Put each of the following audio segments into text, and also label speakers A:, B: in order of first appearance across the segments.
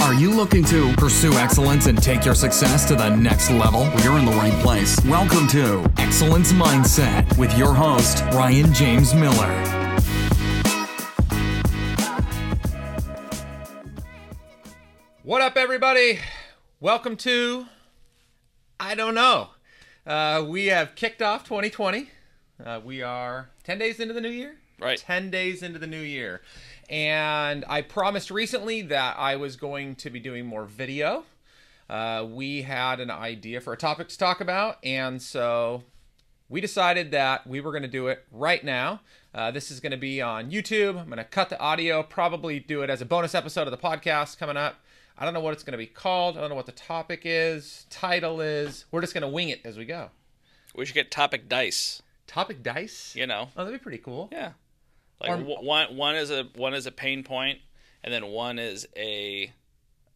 A: Are you looking to pursue excellence and take your success to the next level? Well, You're in the right place. Welcome to Excellence Mindset with your host, Ryan James Miller.
B: What up, everybody? Welcome to I don't know. Uh, we have kicked off 2020. Uh, we are 10 days into the new year.
C: Right.
B: 10 days into the new year. And I promised recently that I was going to be doing more video. Uh, we had an idea for a topic to talk about, and so we decided that we were going to do it right now. Uh, this is going to be on YouTube. I'm going to cut the audio, probably do it as a bonus episode of the podcast coming up. I don't know what it's going to be called. I don't know what the topic is, title is. We're just going to wing it as we go.
C: We should get topic dice.
B: Topic dice.
C: You know.
B: Oh, that'd be pretty cool.
C: Yeah. Like
B: Or-
C: wh- one one is a one is a pain point, and then one is a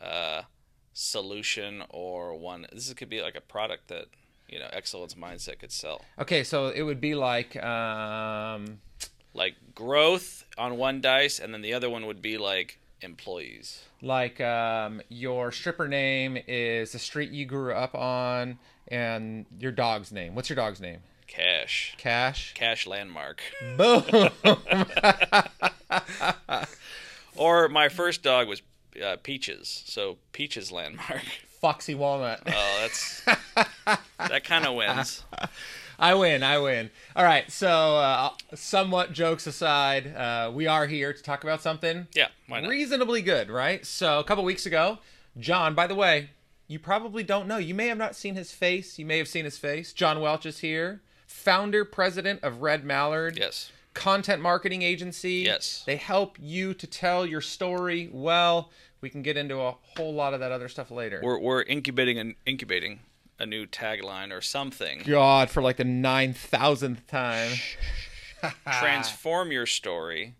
C: uh, solution, or one. This could be like a product that you know excellence mindset could sell.
B: Okay, so it would be like, um,
C: Like growth on one dice, and then the other one would be like employees.
B: like um, your stripper name is the street you grew up on, and your dog's name. What's your dog's name?
C: Cash.
B: Cash.
C: Cash landmark.
B: Boom.
C: Or my first dog was uh, Peaches, so Peaches landmark.
B: Foxy Walnut.
C: Oh, that's that kind of wins.
B: I win. I win. All right. So, uh, somewhat jokes aside, uh, we are here to talk about something.
C: Yeah, why not?
B: reasonably good, right? So a couple weeks ago, John, by the way, you probably don't know. You may have not seen his face. You may have seen his face. John Welch is here, founder, president of Red Mallard.
C: Yes.
B: Content marketing agency.
C: Yes.
B: They help you to tell your story well. We can get into a whole lot of that other stuff later.
C: we're, we're incubating and incubating a new tagline or something
B: God, for like the 9,000th time.
C: transform your story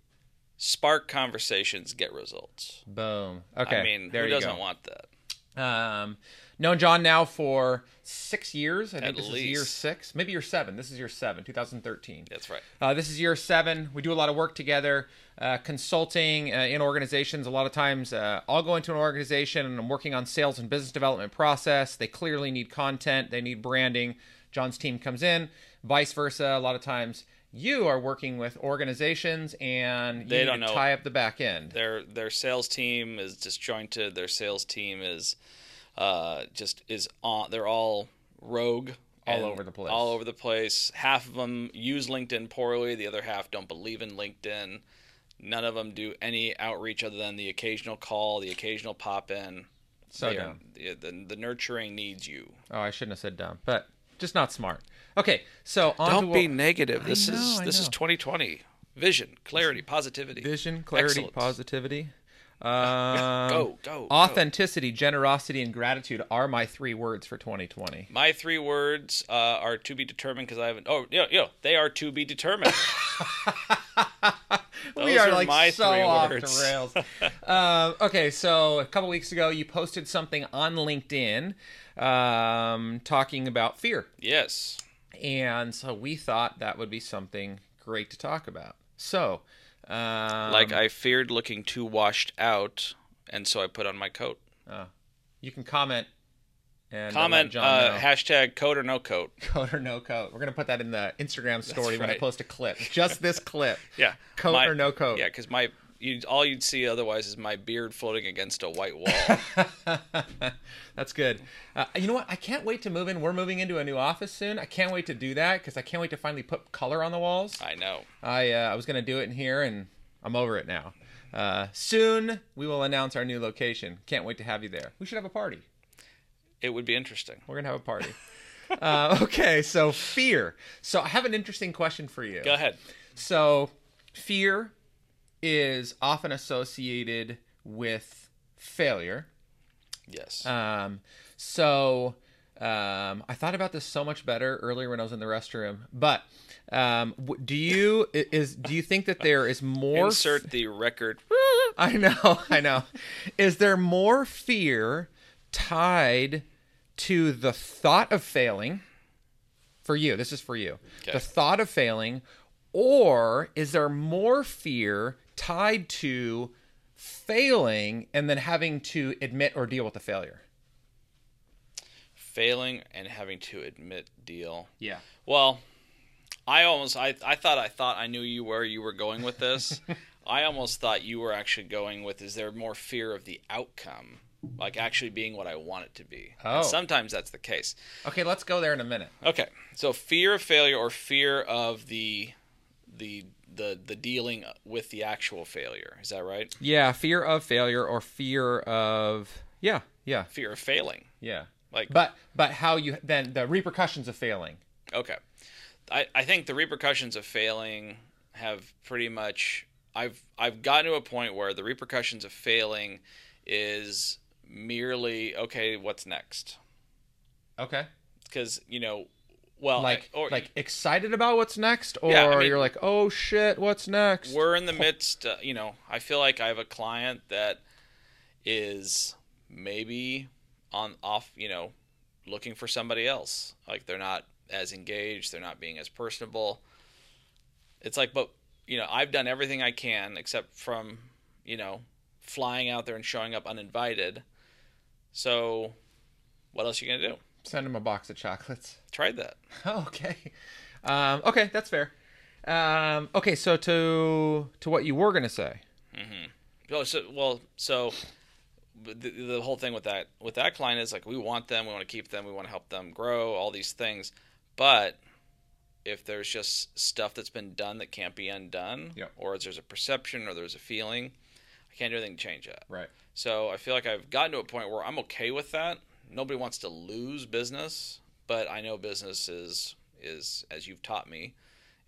C: spark conversations get results
B: Boom. Okay.
C: i mean
B: there
C: who
B: you
C: doesn't
B: go.
C: want that
B: Um, known John now for six years. I think this is year
C: least.
B: six, maybe year seven. This is year seven, 2013.
C: that's right
B: Uh, this is year seven. We do a lot of work together, uh, consulting uh, in organizations. A lot of times, uh, I'll go into an organization and I'm working on sales and business development process. They clearly need content. They need branding. John's team comes in. Vice versa. A lot of times, you are working with organizations and you
C: They
B: need
C: don't
B: to
C: know.
B: tie up the back end.
C: their their sales team is disjointed their sales team is uh just is on they're all rogue
B: All
C: and
B: over the place.
C: all over the place half of them use linkedin poorly the other half don't believe in linkedin none of them do any outreach other than the occasional call the occasional pop in
B: So
C: They are-
B: dumb.
C: the, the, the nurturing needs you.
B: Oh, I shouldn't have said dumb, but just not smart. Okay, so on to
C: Don't
B: what-
C: be negative. This
B: know,
C: is
B: I
C: this
B: know.
C: is 2020. Vision, clarity, positivity.
B: vision, clarity,
C: Excellence.
B: positivity. Um,
C: Go, go, go.
B: Authenticity, generosity, and gratitude are my three words for 2020.
C: My three words uh, are to be determined because I haven't. Oh, yo, yo, they are to be determined.
B: we
C: Those
B: are,
C: are
B: like
C: my
B: so
C: three
B: off
C: words.
B: the rails. uh, okay, so a couple weeks ago, you posted something on LinkedIn um, talking about fear,
C: yes.
B: and so we thought that would be something great to talk about. So, um,
C: Like I feared looking too washed out, and so I put on my coat.
B: you can comment. And then let
C: Comment
B: John know.
C: uh, hashtag coat or no coat.
B: coat or no coat. We're gonna put that in the Instagram story when I
C: right.
B: post a clip. Just this clip.
C: Yeah.
B: Coat
C: My-
B: or no coat.
C: Yeah, because my you all you'd see otherwise is my beard floating against a white wall.
B: That's good. Uh, you know what? I can't wait to move in. We're moving into a new office soon. I can't wait to do that because I can't wait to finally put color on the walls.
C: I know.
B: I uh, I was gonna do it in here and I'm over it now. Uh, soon we will announce our new location. Can't wait to have you there. We should have a party.
C: It would be interesting.
B: We're gonna have a party. uh, okay, so fear. So I have an interesting question for you.
C: Go ahead.
B: So, fear is often associated with failure.
C: Yes.
B: Um, so, um, I thought about this so much better earlier when I was in the restroom. But um, w- do you i- is do you think that there is more?
C: Insert the record.
B: I know, I know. Is there more fear tied to the thought of failing? For you, this is for you.
C: Okay.
B: The thought of failing, or is there more fear tied to failing and then having to admit or deal with the failure?
C: Failing and having to admit deal.
B: Yeah.
C: Well, I almost I, I thought I thought I knew you where you were going with this. I almost thought you were actually going with is there more fear of the outcome, like actually being what I want it to be.
B: Oh.
C: And sometimes that's the case.
B: Okay, let's go there in a minute.
C: Okay, so fear of failure or fear of the the the the dealing with the actual failure. Is that right?
B: Yeah, fear of failure or fear of yeah, yeah,
C: Fear of failing.
B: yeah.
C: Like
B: But but how you then the repercussions of failing.
C: Okay. I, I think the repercussions of failing have pretty much I've I've gotten to a point where the repercussions of failing is merely okay, what's next?
B: Okay.
C: Cuz you know, well,
B: Like
C: I- or
B: like excited about what's next or
C: Yeah, I mean-
B: you're like, "Oh shit, what's next?"
C: we're in the midst, uh, you know, I feel like I have a client that is maybe on off, you know, looking for somebody else. Like they're not as engaged, they're not being as personable. It's like, but you know, I've done everything I can except from, you know, flying out there and showing up uninvited. So, what else you gonna do?
B: Send him a box of chocolates.
C: Tried that.
B: Okay. Um, okay, that's fair. Um, okay, so to to what you were gonna say.
C: Well, Oh, so well, so but the, the whole thing with that with that client is like we want them, we want to keep them, we want to help them grow, all these things. But if there's just stuff that's been done that can't be undone,
B: Yep.
C: or there's a perception or there's a feeling, I can't do anything to change that.
B: Right.
C: So I feel like I've gotten to a point where I'm okay with that. Nobody wants to lose business, but I know business is is as you've taught me,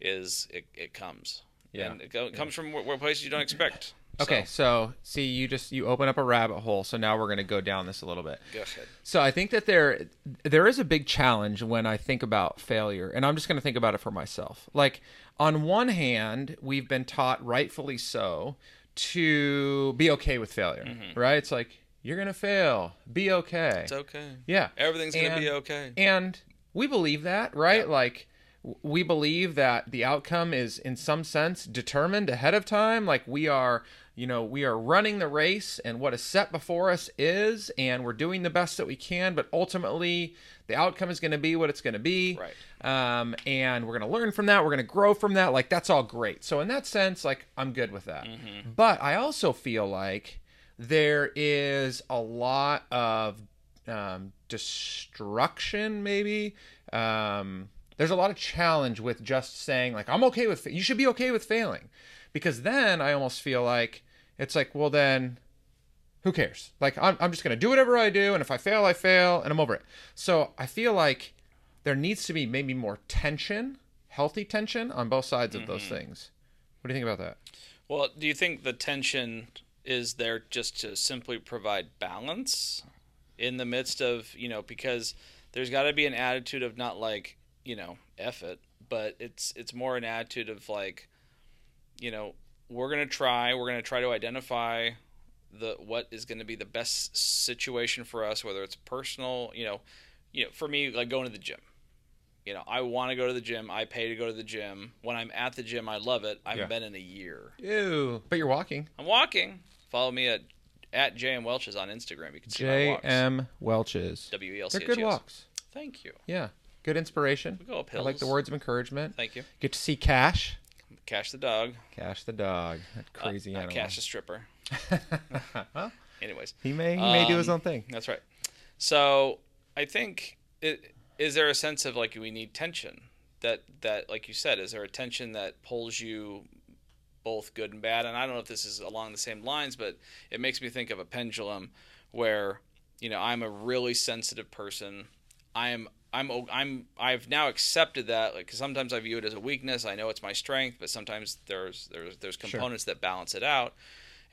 C: is it, it comes.
B: Yeah.
C: And it, go, it comes from where, where places you don't expect.
B: Okay, so see you just you open up a rabbit hole, so now we're gonna go down this a little bit.
C: Go ahead.
B: So I think that there there is a big challenge when I think about failure, and I'm just going to think about it for myself. Like on one hand, we've been taught rightfully so to be okay with failure, right? It's like you're going to fail, be okay.
C: It's okay.
B: yeah.
C: Everything's gonna be
B: And-
C: okay.
B: And we believe that, right? Like w- we believe that the outcome is in some sense determined ahead of time like we are you know we are running the race and what is set before us is and we're doing the best that we can but ultimately the outcome is going to be what it's going to be
C: Right.
B: um, and we're going to learn from that. We're going to grow from that. Like that's all great. So in that sense, like I'm good with that. But I also feel like there is a lot of um, destruction. Maybe um, there's a lot of challenge with just saying like I'm okay with. Fa- you should be okay with failing, because then I almost feel like it's like well then who cares? Like I'm, I'm just gonna do whatever I do, and if I fail, I fail, and I'm over it. So I feel like there needs to be maybe more tension, healthy tension on both sides of
C: Mm-hmm.
B: those things. What do you think about that?
C: Well, do you think the tension is there just to simply provide balance in the midst of you know because there's got to be an attitude of not like you know F it, but it's it's more an attitude of like you know we're gonna try we're gonna try to identify the what is going to be the best situation for us whether it's personal you know you know for me like going to the gym you know i want to go to the gym i pay to go to the gym when i'm at the gym i love it i haven't
B: Yeah.
C: been in a year
B: Ew. But you're walking.
C: I'm walking. Follow me at at JM Welch's on Instagram. You can see my
B: J
C: walks.
B: M Welch's.
C: W E L C
B: They're
C: H
B: good
C: S.
B: walks.
C: Thank you.
B: Yeah. Good inspiration.
C: We go up
B: I like the
C: hills.
B: words of encouragement.
C: Thank you.
B: Get to see Cash.
C: Cash the dog.
B: Cash the dog. That crazy
C: Uh, Not
B: animal.
C: cash the stripper. Anyways,
B: He may he may do his
C: Um,
B: own thing.
C: that's right. So I think it, is there a sense of like we need tension that that like you said is there a tension that pulls you both good and bad and I don't know if this is along the same lines but it makes me think of a pendulum where you know I'm a really sensitive person I'm I'm o- I'm I've now accepted that like 'cause sometimes I view it as a weakness I know it's my strength but sometimes there's there's there's components that balance it out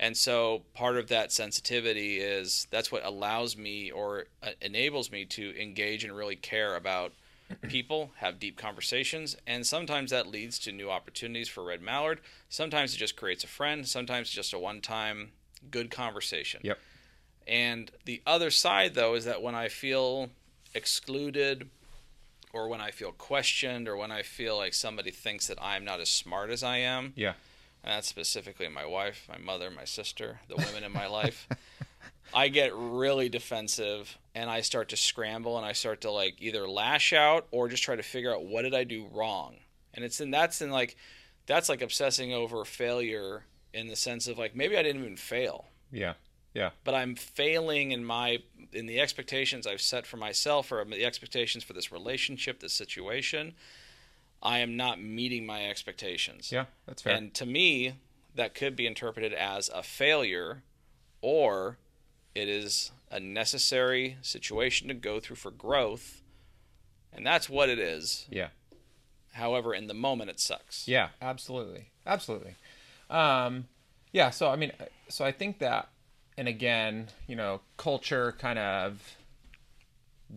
C: and so part of that sensitivity is that's what allows me or uh, enables me to engage and really care about people, have deep conversations. And sometimes that leads to new opportunities for Red Mallard. Sometimes it just creates a friend, sometimes it's just a one time good conversation.
B: Yep.
C: And the other side, though, is that when I feel excluded or when I feel questioned or when I feel like somebody thinks that I'm not as smart as I am
B: Yeah.
C: and that's specifically my wife, my mother, my sister, the women in my life. I get really defensive and I start to scramble and I start to like either lash out or just try to figure out what did I do wrong. And it's in that's in like that's like obsessing over failure in the sense of like maybe I didn't even fail,
B: Yeah. Yeah.
C: but I'm failing in my in the expectations I've set for myself or the expectations for this relationship, this situation. I am not meeting my expectations.
B: Yeah. That's fair.
C: And to me, that could be interpreted as a failure or it is a necessary situation to go through for growth. And that's what it is.
B: yeah.
C: However, in the moment, it sucks.
B: Yeah, absolutely, absolutely. Um, yeah, so I mean, so I think that, and again, you know, culture kind of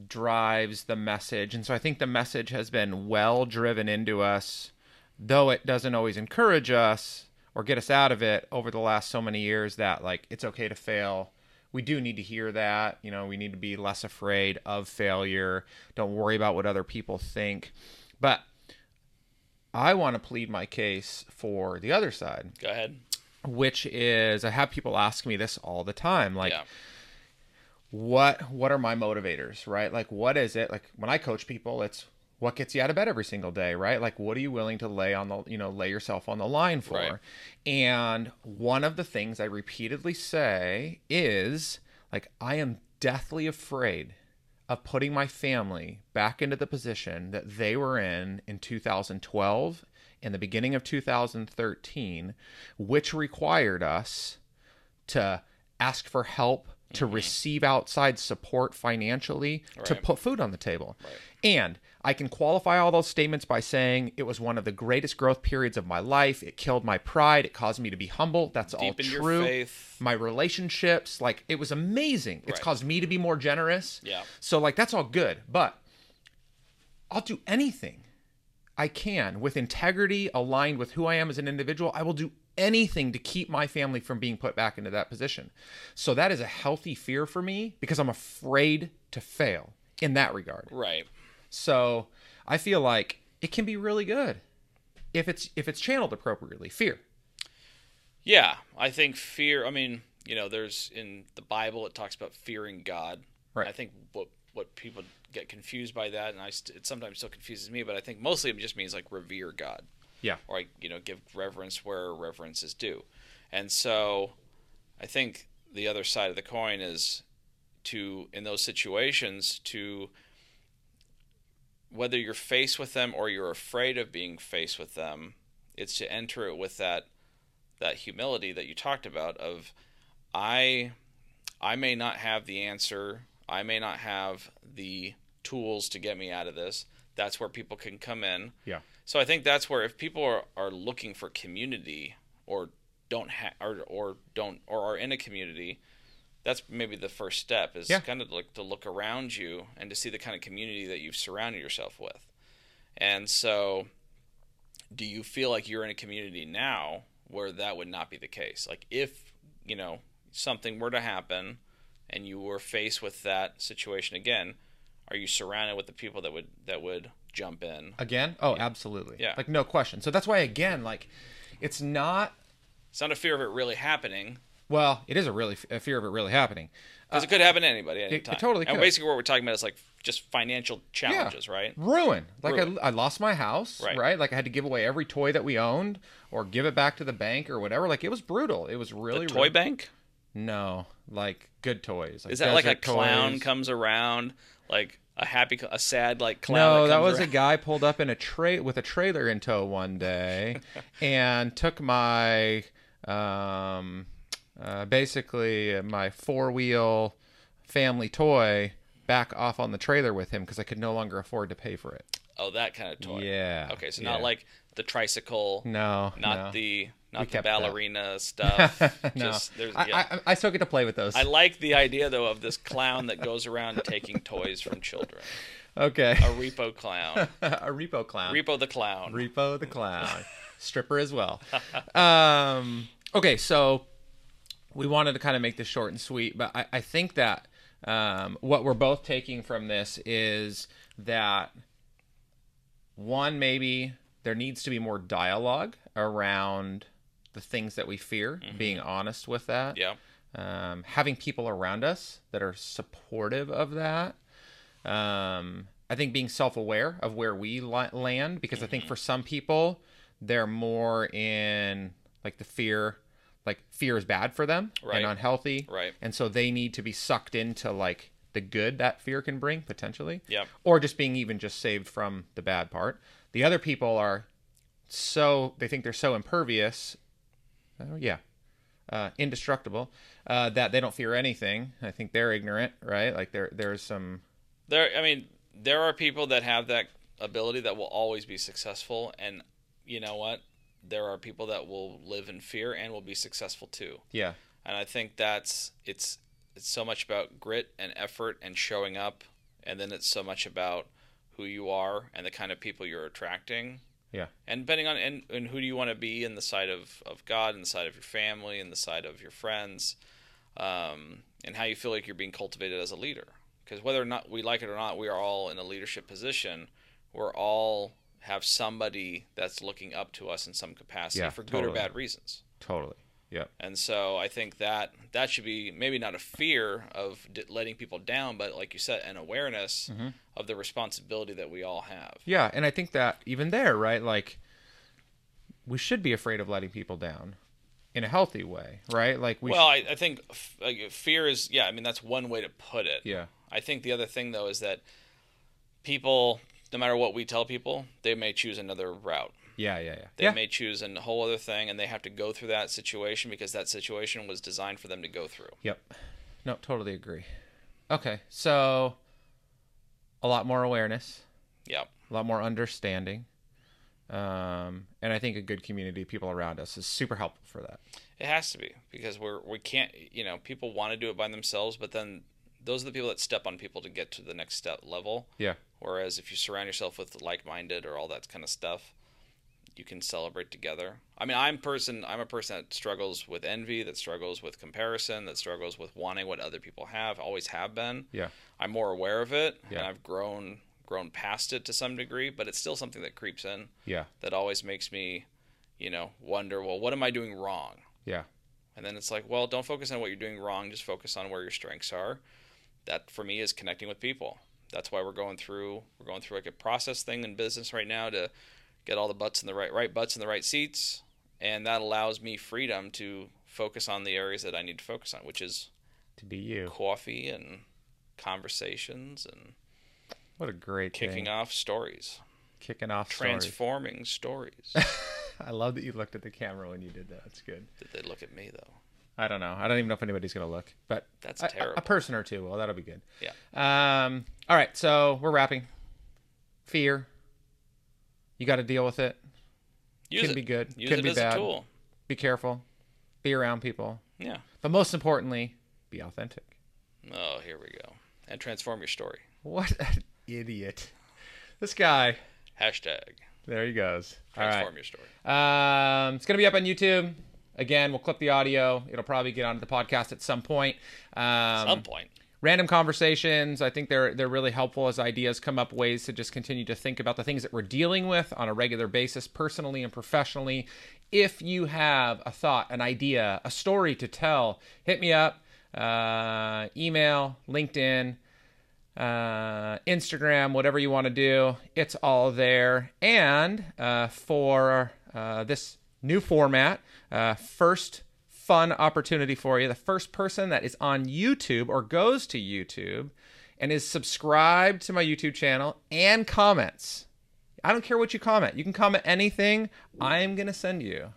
B: drives the message, and so I think the message has been well driven into us, though it doesn't always encourage us or get us out of it over the last so many years that like it's okay to fail. We do need to hear that, you know, we need to be less afraid of failure. Don't worry about what other people think. But I want to plead my case for the other side,
C: Go ahead.
B: which is I have people ask me this all the time like
C: Yeah.
B: what what are my motivators, right? Like what is it? Like when I coach people, it's what gets you out of bed every single day, right? Like what are you willing to lay on the, you know, lay yourself on the line for?
C: Right.
B: And one of the things I repeatedly say is like I am deathly afraid of putting my family back into the position that they were in in 2012 and the beginning of 2013, which required us to ask for help, to
C: Mm-hmm.
B: receive outside support financially, to put food on the table. And I can qualify all those statements by saying it was one of the greatest growth periods of my life. It killed my pride. It caused me to be humble. That's all
C: Deepen your
B: true.
C: faith.
B: My relationships, like it was amazing. It's
C: Right.
B: caused me to be more generous.
C: Yeah.
B: So like that's all good, but I'll do anything I can with integrity aligned with who I am as an individual. I will do anything to keep my family from being put back into that position. So that is a healthy fear for me because I'm afraid to fail in that regard.
C: Right.
B: So I feel like it can be really good if it's if it's channeled appropriately. Fear.
C: Yeah. I think fear, I mean, you know, there's in the Bible, it talks about fearing God.
B: Right.
C: I think what what people get confused by that, and I st- it sometimes still confuses me, but I think mostly it just means like revere God.
B: Yeah.
C: or like you know give reverence where reverence is due and so i think the other side of the coin is to in those situations to whether you're faced with them or you're afraid of being faced with them it's to enter it with that that humility that you talked about of i i may not have the answer i may not have the tools to get me out of this that's where people can come in
B: Yeah.
C: so I think that's where if people are, are looking for community or don't ha- or or don't or are in a community, that's maybe the first step is
B: Yeah.
C: kind of like to look around you and to see the kind of community that you've surrounded yourself with. And so do you feel like you're in a community now where that would not be the case? Like if, you know, something were to happen and you were faced with that situation again, are you surrounded with the people that would that would jump in?
B: Again? Oh, absolutely.
C: Yeah.
B: Like no question. So that's why again like it's not
C: It's not a fear of it really happening
B: well, it is a really a fear of it really happening.
C: because it could happen to anybody at any
B: Uh, it- it
C: time.
B: totally
C: And
B: could.
C: basically, what we're talking about is like just financial challenges, right?
B: Ruin. Like
C: Ruin.
B: I, I lost my house, right.
C: Right.
B: Like I had to give away every toy that we owned, or give it back to the bank, or whatever. Like it was brutal. It was really
C: The toy
B: rough.
C: bank
B: No, like good toys.
C: is that like a
B: desert
C: clown
B: toys.
C: comes around, like a happy, a sad like clown?
B: No, that,
C: comes
B: was a
C: around?
B: guy pulled up in a tray with a trailer in tow one day, and took my, um, uh, basically my four wheel family toy back off on the trailer with him because I could no longer afford to pay for it.
C: Oh, that kind of toy.
B: Yeah,
C: Okay, so
B: yeah.
C: not like the tricycle.
B: No,
C: Not
B: no.
C: the
B: We
C: not the
B: kept that.
C: ballerina stuff.
B: no,
C: Just there's
B: I,
C: yeah.
B: I, I still get to play with those.
C: I like the idea though of this clown that goes around taking toys from children.
B: okay,
C: A repo clown.
B: a repo clown,
C: Repo the clown.
B: repo the clown, stripper as well. Um, okay, so we wanted to kind of make this short and sweet, but I, I think that um, what we're both taking from this is that one, maybe there needs to be more dialogue around the things that we fear, being honest with that,
C: Yeah.
B: um, having people around us that are supportive of that. Um, I think being self aware of where we li- land, because I
C: Mm-hmm.
B: think for some people, they're more in like the fear, like fear is bad for them
C: Right.
B: and unhealthy.
C: Right.
B: And so they need to be sucked into like the good that fear can bring potentially.
C: Yep.
B: Or just being even just saved from the bad part. The other people are so, they think they're so impervious. Oh, yeah uh, indestructible, uh, that they don't fear anything. I think they're ignorant, right? Like there, there's some
C: There, I mean, there are people that have that ability that will always be successful, and you know what? There are people that will live in fear and will be successful too.
B: yeah,
C: And I think that's it's it's so much about grit and effort and showing up, and then it's so much about who you are and the kind of people you're attracting.
B: yeah,
C: And depending on and, and who do you want to be in the side of, of God, in the side of your family, in the side of your friends, um, and how you feel like you're being cultivated as a leader. Because whether or not we like it or not, we are all in a leadership position. We're all have somebody that's looking up to us in some capacity
B: Yeah,
C: for good or
B: totally.
C: bad reasons.
B: totally, yeah,
C: And so I think that that should be maybe not a fear of d- letting people down, but like you said, an awareness
B: Mm-hmm.
C: of the responsibility that we all have.
B: yeah. And I think that even there, right? Like we should be afraid of letting people down in a healthy way, right? Like we,
C: Well, I, I think f- like, fear is, yeah, I mean, that's one way to put it.
B: Yeah.
C: I think the other thing, though, is that people, no matter what we tell people, they may choose another route.
B: yeah, yeah, yeah,
C: They
B: yeah,
C: may choose a whole other thing, and they have to go through that situation because that situation was designed for them to go through.
B: yep. No, totally agree. Okay, so a lot more awareness.
C: Yeah.
B: a lot more understanding. Um, and I think a good community, of people around us, is super helpful for that.
C: It has to be because we're, we can't, you know, people want to do it by themselves, but then those are the people that step on people to get to the next step level.
B: Yeah.
C: Whereas if you surround yourself with like-minded or all that kind of stuff, you can celebrate together. I mean, I'm person. I'm a person that struggles with envy, that struggles with comparison, that struggles with wanting what other people have. Always have been.
B: Yeah.
C: I'm more aware of it, and
B: Yeah.
C: I've grown grown past it to some degree. But it's still something that creeps in.
B: Yeah.
C: That always makes me, you know, wonder. Well, what am I doing wrong?
B: Yeah.
C: And then it's like, well, don't focus on what you're doing wrong. Just focus on where your strengths are. That for me is connecting with people. That's why we're going through we're going through like a process thing in business right now to get all the butts in the right right butts in the right seats, and that allows me freedom to focus on the areas that I need to focus on, which is
B: To be you.
C: coffee and conversations and
B: What a great
C: kicking
B: thing.
C: off stories,
B: Kicking off story.
C: transforming stories.
B: I love that you looked at the camera when you did that. It's good.
C: Did they look at me though?
B: I don't know. I don't even know if anybody's gonna look, but
C: That's
B: a, a-
C: terrible.
B: A person or two. Well, that'll be good.
C: Yeah.
B: Um. All right. So we're wrapping. Fear. You got to deal with it.
C: Use
B: Can
C: it.
B: be good,
C: Use
B: can
C: it
B: be
C: as
B: bad.
C: a tool.
B: Be careful. Be around people.
C: Yeah.
B: But most importantly, be authentic.
C: Oh, here we go. And transform your story.
B: What an idiot. This guy.
C: Hashtag
B: There he goes. All right.
C: transform your story.
B: Um, it's going to be up on YouTube. Again, we'll clip the audio. It'll probably get onto the podcast at some point. Um,
C: Some point.
B: random conversations. I think they're they're really helpful as ideas come up, ways to just continue to think about the things that we're dealing with on a regular basis, personally and professionally. If you have a thought, an idea, a story to tell, hit me up. Uh, email, LinkedIn, uh, Instagram, whatever you want to do. It's all there. And uh, for uh, this new format, uh, first fun opportunity for you the first person that is on YouTube or goes to YouTube and is subscribed to my YouTube channel and comments. I don't care what you comment. You can comment anything. I am going to send you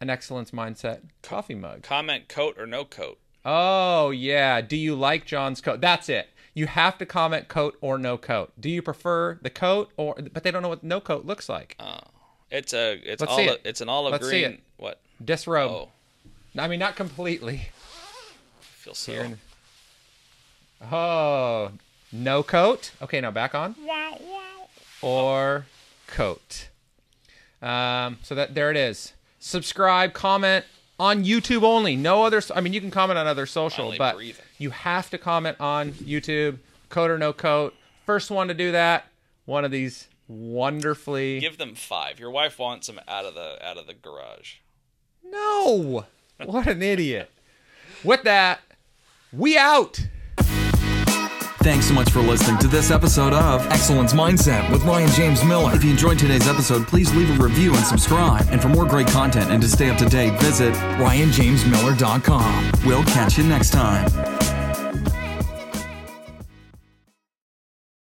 B: an excellence mindset coffee mug.
C: Comment coat or no coat.
B: Oh yeah. Do you like John's coat? That's it. You have to comment coat or no coat. Do you prefer the coat or? But they don't know what no coat looks like.
C: Uh, It's a it's
B: Let's see
C: olive
B: it.
C: it's an olive
B: Let's see
C: green
B: it.
C: what?
B: Disrobe.
C: Oh,
B: I mean, not completely.
C: I feel so
B: Here. Oh, no coat. Okay, now back on.
C: wow wow.
B: or coat. Um, so that there it is. Subscribe, comment on YouTube only. No other. I mean, you can comment on other social,
C: Finally
B: but
C: breathing.
B: you have to comment on YouTube. Coat or no coat. First one to do that, one of these wonderfully.
C: Give them five. Your wife wants them out of the out of the garage.
B: no! What an idiot. With that, we out!
A: Thanks so much for listening to this episode of Excellence Mindset with Ryan James Miller. If you enjoyed today's episode, please leave a review and subscribe. And for more great content and to stay up to date, visit RyanJamesMiller.com. We'll catch you next time.